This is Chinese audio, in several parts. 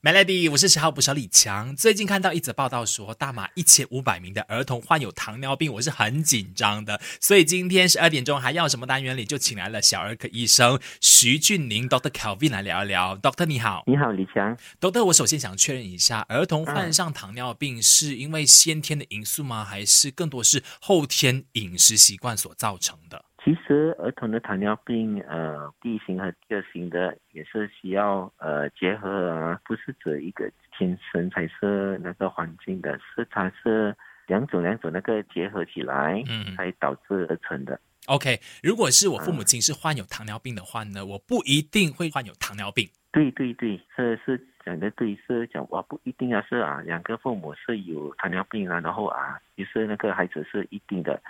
Melody，我是十号捕手李强。最近看到一则报道说，大马一千五百名的儿童患有糖尿病，我是很紧张的。所以今天十二点钟还要什么单元里就请来了小儿科医生徐俊宁 Doctor Kelvin 来聊一聊。Doctor 你好你好，李强。 ，Doctor，我首先想确认一下，儿童患上糖尿病是因为先天的因素吗？还是更多是后天饮食习惯所造成的？其实儿童的糖尿病，呃，第一型和第二型的也是需要呃结合啊，不是指一个天生才是那个环境的，是它是两种两种那个结合起来嗯才导致而成的。 ，OK。如果是我父母亲是患有糖尿病的话呢，我不一定会患有糖尿病。对对对，这是讲的对，是讲哇不一定要是啊，两个父母是有糖尿病啊，然后啊，其实那个孩子是一定的，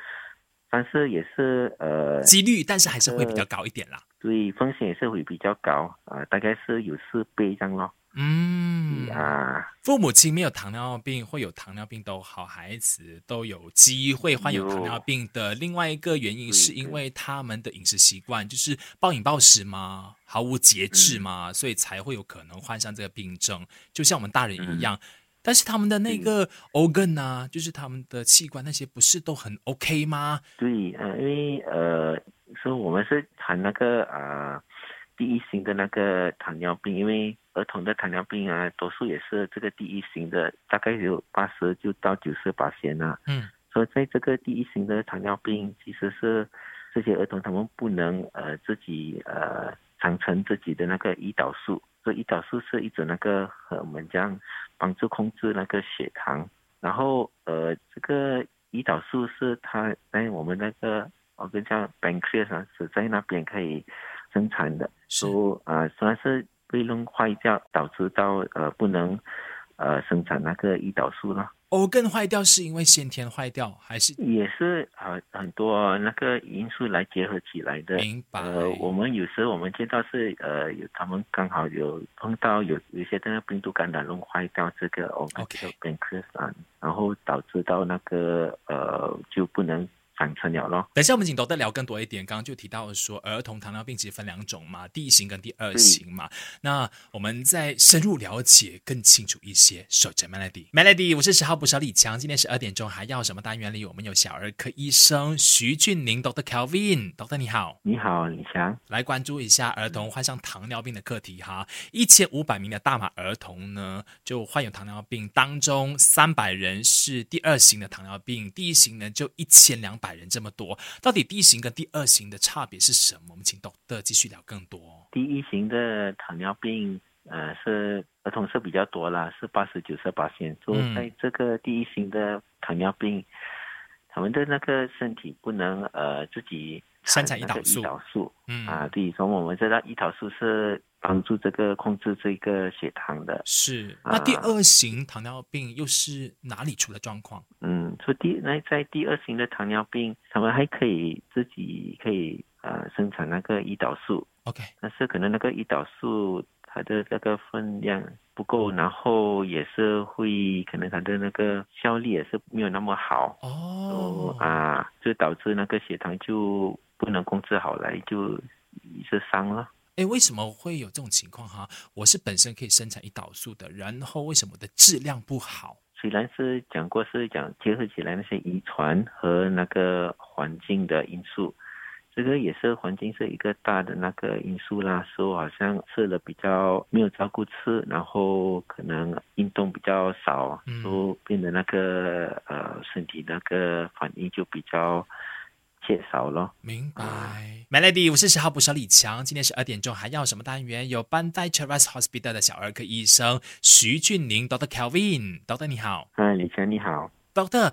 但是也是呃几率，但是还是会嗯比较高一点啦。对，风险也是会比较高啊、大概是有四倍这样咯。嗯，啊，父母亲没有糖尿病或有糖尿病都好，孩子都有机会患有糖尿病的。另外一个原因对是因为他们的饮食习惯就是暴饮暴食嘛，毫无节制嗯嘛，所以才会有可能患上这个病症，就像我们大人一嗯样。但是他们的那个 organ 啊，就是他们的器官那些，不是都很 OK 吗？对，呃，因为呃，说我们是谈那个啊、呃第一型的那个呃糖尿病，因为儿童的糖尿病啊，多数也是这个第一型的，大概有八十就到九十八线啊。嗯所以在这个第一型的糖尿病，其实是这些儿童他们不能呃自己呃长成自己的那个胰岛素，所以胰岛素是一种那个和我们讲帮助控制那个血糖，然后呃这个胰岛素是它在我们那个我跟叫 pancreas 啊只在那边可以生产的，是说啊，虽然是被弄坏掉，导致到呃不能呃生产那个胰岛素了。 ，organ 坏掉是因为先天坏掉，还是也是很很多那个因素来结合起来的。明白？呃，我们有时候我们见到是呃，有他们刚好有碰到有有一些那个病毒感染弄坏掉这个我们 OK 叫 b a n c r e s 啊，然后导致到那个呃就不能长成了咯。等一下，我们请 d o 聊更多一点。刚刚就提到说，儿童糖尿病其实分两种嘛，第一型跟第二型嘛。那我们再深入了解更清楚一些。守着 Melody，Melody，我是十号捕手李强。今天十二点钟还要什么单元里？我们有小儿科医生徐俊宁 d o r Kelvin，Doctor 你好。你好，李翔。来关注一下儿嗯童患上糖尿病的课题哈。一千五百名的大马儿童呢，就患有糖尿病，当中三百人是第二型的糖尿病，第一型呢就一千两百人这么多。到底第一型跟第二型的差别是什么？我们请 Doctor 继续聊更多。第一型的糖尿病，呃，是儿童是比较多啦，是八十九十八线。所嗯以在这个第一型的糖尿病，他们的那个身体不能呃自己生产那胰岛个素胰岛素嗯，啊，对，所以我们知道胰岛素是帮助这个控制这个血糖的。是。啊那第二型糖尿病又是哪里出了状况？嗯，所以第那在第二型的糖尿病，他们还可以自己可以呃生产那个胰岛素， OK，但是可能那个胰岛素它的那个分量不够，然后也是会可能它的那个效力也是没有那么好，哦，啊，就导致那个血糖就不能控制好来，就是伤了。诶，为什么会有这种情况哈？我是本身可以生产胰岛素的，然后为什么我的质量不好？虽然是讲过是讲结合起来那些遗传和那个环境的因素，这个也是环境是一个大的那个因素啦。说好像吃了比较没有照顾吃，然后可能运动比较少嗯，都变得那个呃身体那个反应就比较缺少咯。明白。Melody，我是啊十号捕手李强。今天十二点钟还要什么单元？有班代 Cheras Hospital 的小儿科医生徐俊宁 Dr. Kelvin。Dr. 你好嗨，啊李强你好。 ，Dr.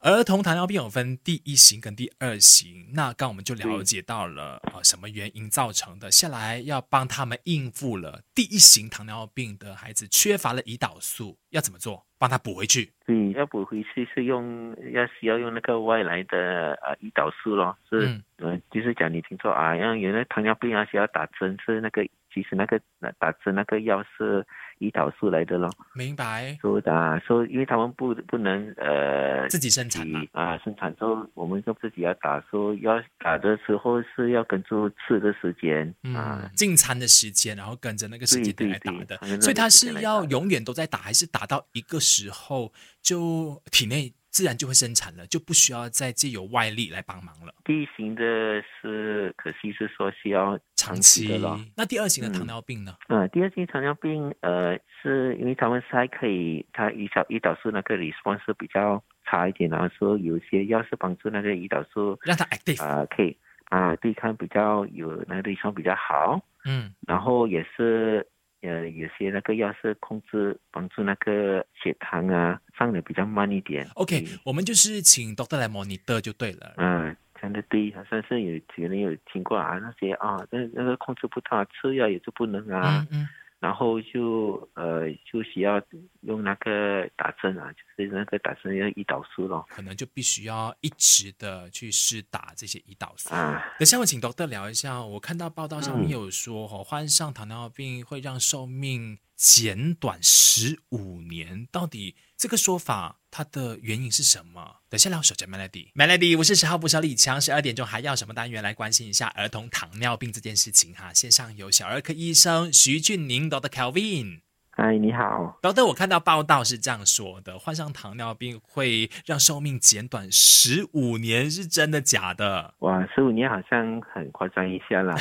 儿童糖尿病有分第一型跟第二型，那刚我们就了解到了呃什么原因造成的，下来要帮他们应付了。第一型糖尿病的孩子缺乏了胰岛素，要怎么做？帮他补回去。对，要补回去是用要需要用那个外来的呃胰岛素咯，是、嗯呃就是讲你听说啊，像原来糖尿病啊需要打针，是那个其实那个那打针那个药是胰岛素来的咯。明白，所以啊，所以因为他们不不能呃自己生产嘛，啊生产之后，我们就自己要打，说要打的时候是要跟住吃的时间啊嗯，，进餐的时间，然后跟着那个时间点来打对对对的还有那，个所以它时是间来打要永远都在打，还是打到一个时候就体内自然就会生产了，就不需要再借由外力来帮忙了。第一型的是可惜是说需要长期期的咯。那第二型的糖嗯尿病呢？嗯，第二型糖尿病，呃，是因为他们还可以，它胰岛胰岛素那个 response 是比较差一点，然后说有些药是帮助那个胰岛素让它 active，啊、可以啊、对抗比较有那个对抗比较好，嗯然后也是呃有些那个药是控制帮助那个血糖啊上的比较慢一点。 ，OK，嗯我们就是请 doctor 来 monitor 就对了。嗯，真的对，好像是有有人有听过啊，那些啊，那那个控制不到，吃药也是不能啊。嗯嗯，然后就呃就需要用那个打针啊，就是那个打针要胰岛素咯可能就必须要一直的去试打这些胰岛素。啊，等下我请 doctor 聊一下，哦我看到报道上面嗯有说，哦，患上糖尿病会让寿命减短十五年，到底这个说法它的原因是什么？等下聊首先 Melody，Melody，我是十号不小李强，十二点钟还要什么单元来关心一下儿童糖尿病这件事情哈？线上有小儿科医生徐俊宁 doctor Kelvin。嗨，哎你好，然后，但我看到报道是这样说的：患上糖尿病会让寿命减短十五年，是真的假的？哇，十五年好像很夸张一下啦，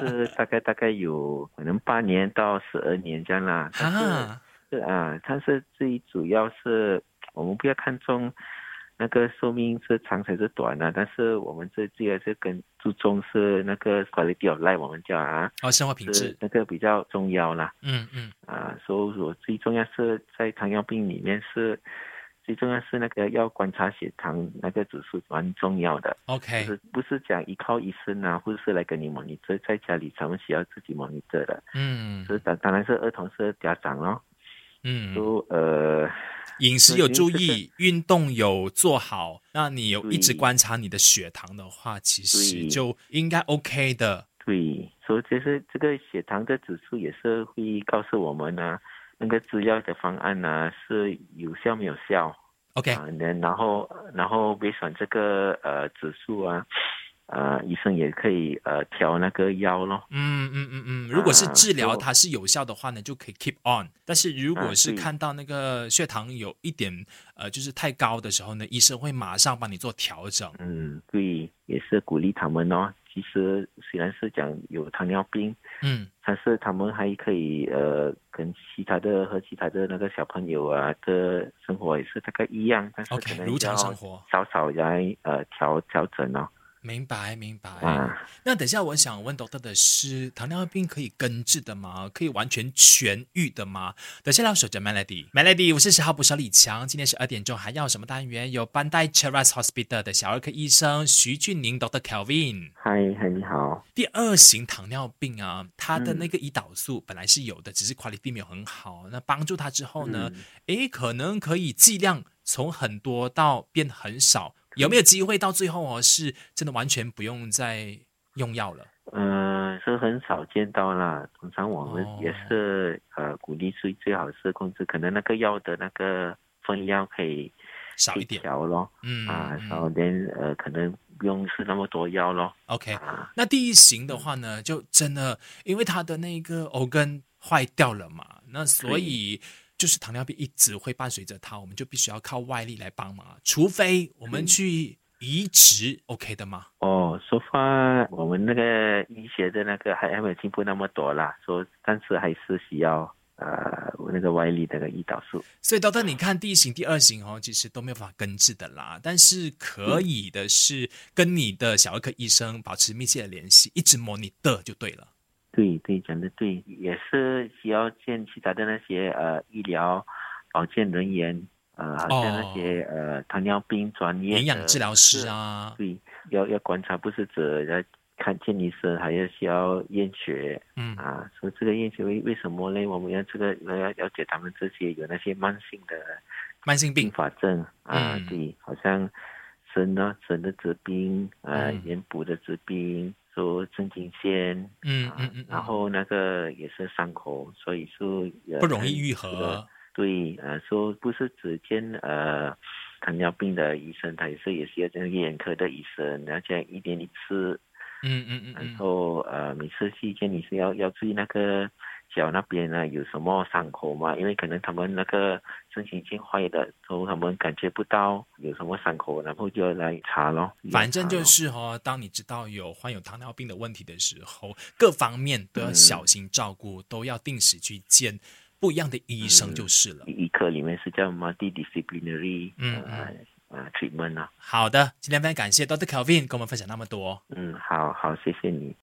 就是大概大概有可能八年到十二年这样啦，但是啊，是啊，但是最主要是我们不要看重。那个寿命是长还是短啊？但是我们最主要是跟注重是那个 quality of life，我们叫啊，哦，生活品是质，那个比较重要啦。嗯嗯，啊，所以我最重要是在糖尿病里面是最重要是那个要观察血糖那个指数蛮重要的，就 OK，是不是讲依靠医生啊护士来跟你 monitor，在家里他们需要自己 monitor 的，嗯是当当然是儿童是家长咯，嗯，就呃饮食有注对因为意，运动有做好，那你有一直对观察你的血糖的话，其实对就应该 OK 的。对，所以就是这个血糖的指数也是会告诉我们呢、那个治疗的方案呢、是有效没有效。 OK，啊，那然后然后 b a 这个呃指数啊，呃，医生也可以呃调那个药咯。嗯嗯嗯嗯，如果是啊治疗就它是有效的话呢，就可以 keep on。但是如果啊是对看到那个血糖有一点呃，就是太高的时候呢，医生会马上帮你做调整。嗯，对，也是鼓励他们哦。其实虽然是讲有糖尿病，嗯但是他们还可以呃跟其他的和其他的那个小朋友啊的生活也是大概一样，但是可，OK，能如常要生活，少少来呃调调整哦。明白明白。啊，那等一下我想问 doctor 的是，糖尿病可以根治的吗？可以完全痊愈的吗？等一下要守着 Melody，Melody，我是十号捕手李强，今天十二点钟还要什么单元？有班代 Cheras Hospital 的小儿科医生徐俊宁 doctor Kelvin。嗨嗨，你好。第二型糖尿病啊，它的嗯那个胰岛素本来是有的，只是 quality 没有很好。那帮助它之后呢嗯，诶，可能可以剂量从很多到变很少，有没有机会到最后哦，是真的完全不用再用药了？嗯，是很少见到啦。通常我们哦也是、呃鼓励最最好是控制，可能那个药的那个分量可以少可一以点，调咯，嗯啊，嗯少点呃可能不用吃那么多药咯。 OK，啊，那第一型的话呢，就真的因为它的那个 organ 坏掉了嘛，那所以就是糖尿病一直会伴随着它，我们就必须要靠外力来帮忙，啊除非我们嗯去移植，OK 的吗？哦，说话我们那个医学的那个还还没有进步那么多啦，说但是还是需要呃那个外力那个胰岛素。所以到到你看第一型、第二型哦，其实都没有办法根治的啦。但是可嗯以的是跟你的小儿科医生保持密切的联系，一直 monitor 就对了。对对，讲的对，也是需要见其他的那些呃医疗保健人员，呃，好像哦那些、呃糖尿病专业的营养治疗师啊，对，要要观察，不是只要看见医生，还要需要验血嗯啊。说这个验血为为什么呢？我们要这个要要了解他们这些有那些慢性的慢性并病，发症啊，嗯对，好像神呢、啊，神的疾病啊，嗯眼部的疾病，说神经线，嗯啊嗯嗯，然后那个也是伤口，所以说呃不容易愈这个合，对，呃，说不是只见呃糖尿病的医生，他也是也是要见眼科的医生，而且一点一次，嗯嗯然嗯嗯，后呃每次去见你是要要注意那个脚那边呢有什么伤口嘛，因为可能他们那个神经性坏的，然后他们感觉不到有什么伤口，然后就来查咯。反正就查咯是哦，当你知道有患有糖尿病的问题的时候，各方面都要小心照顾，都要定时去见不一样的医生就是了。医科里面是叫 multidisciplinary 嗯呃呃 treatment 啊，好的，今天非常感谢 Dr. Kelvin 跟我们分享那么多。嗯，好好，谢谢你。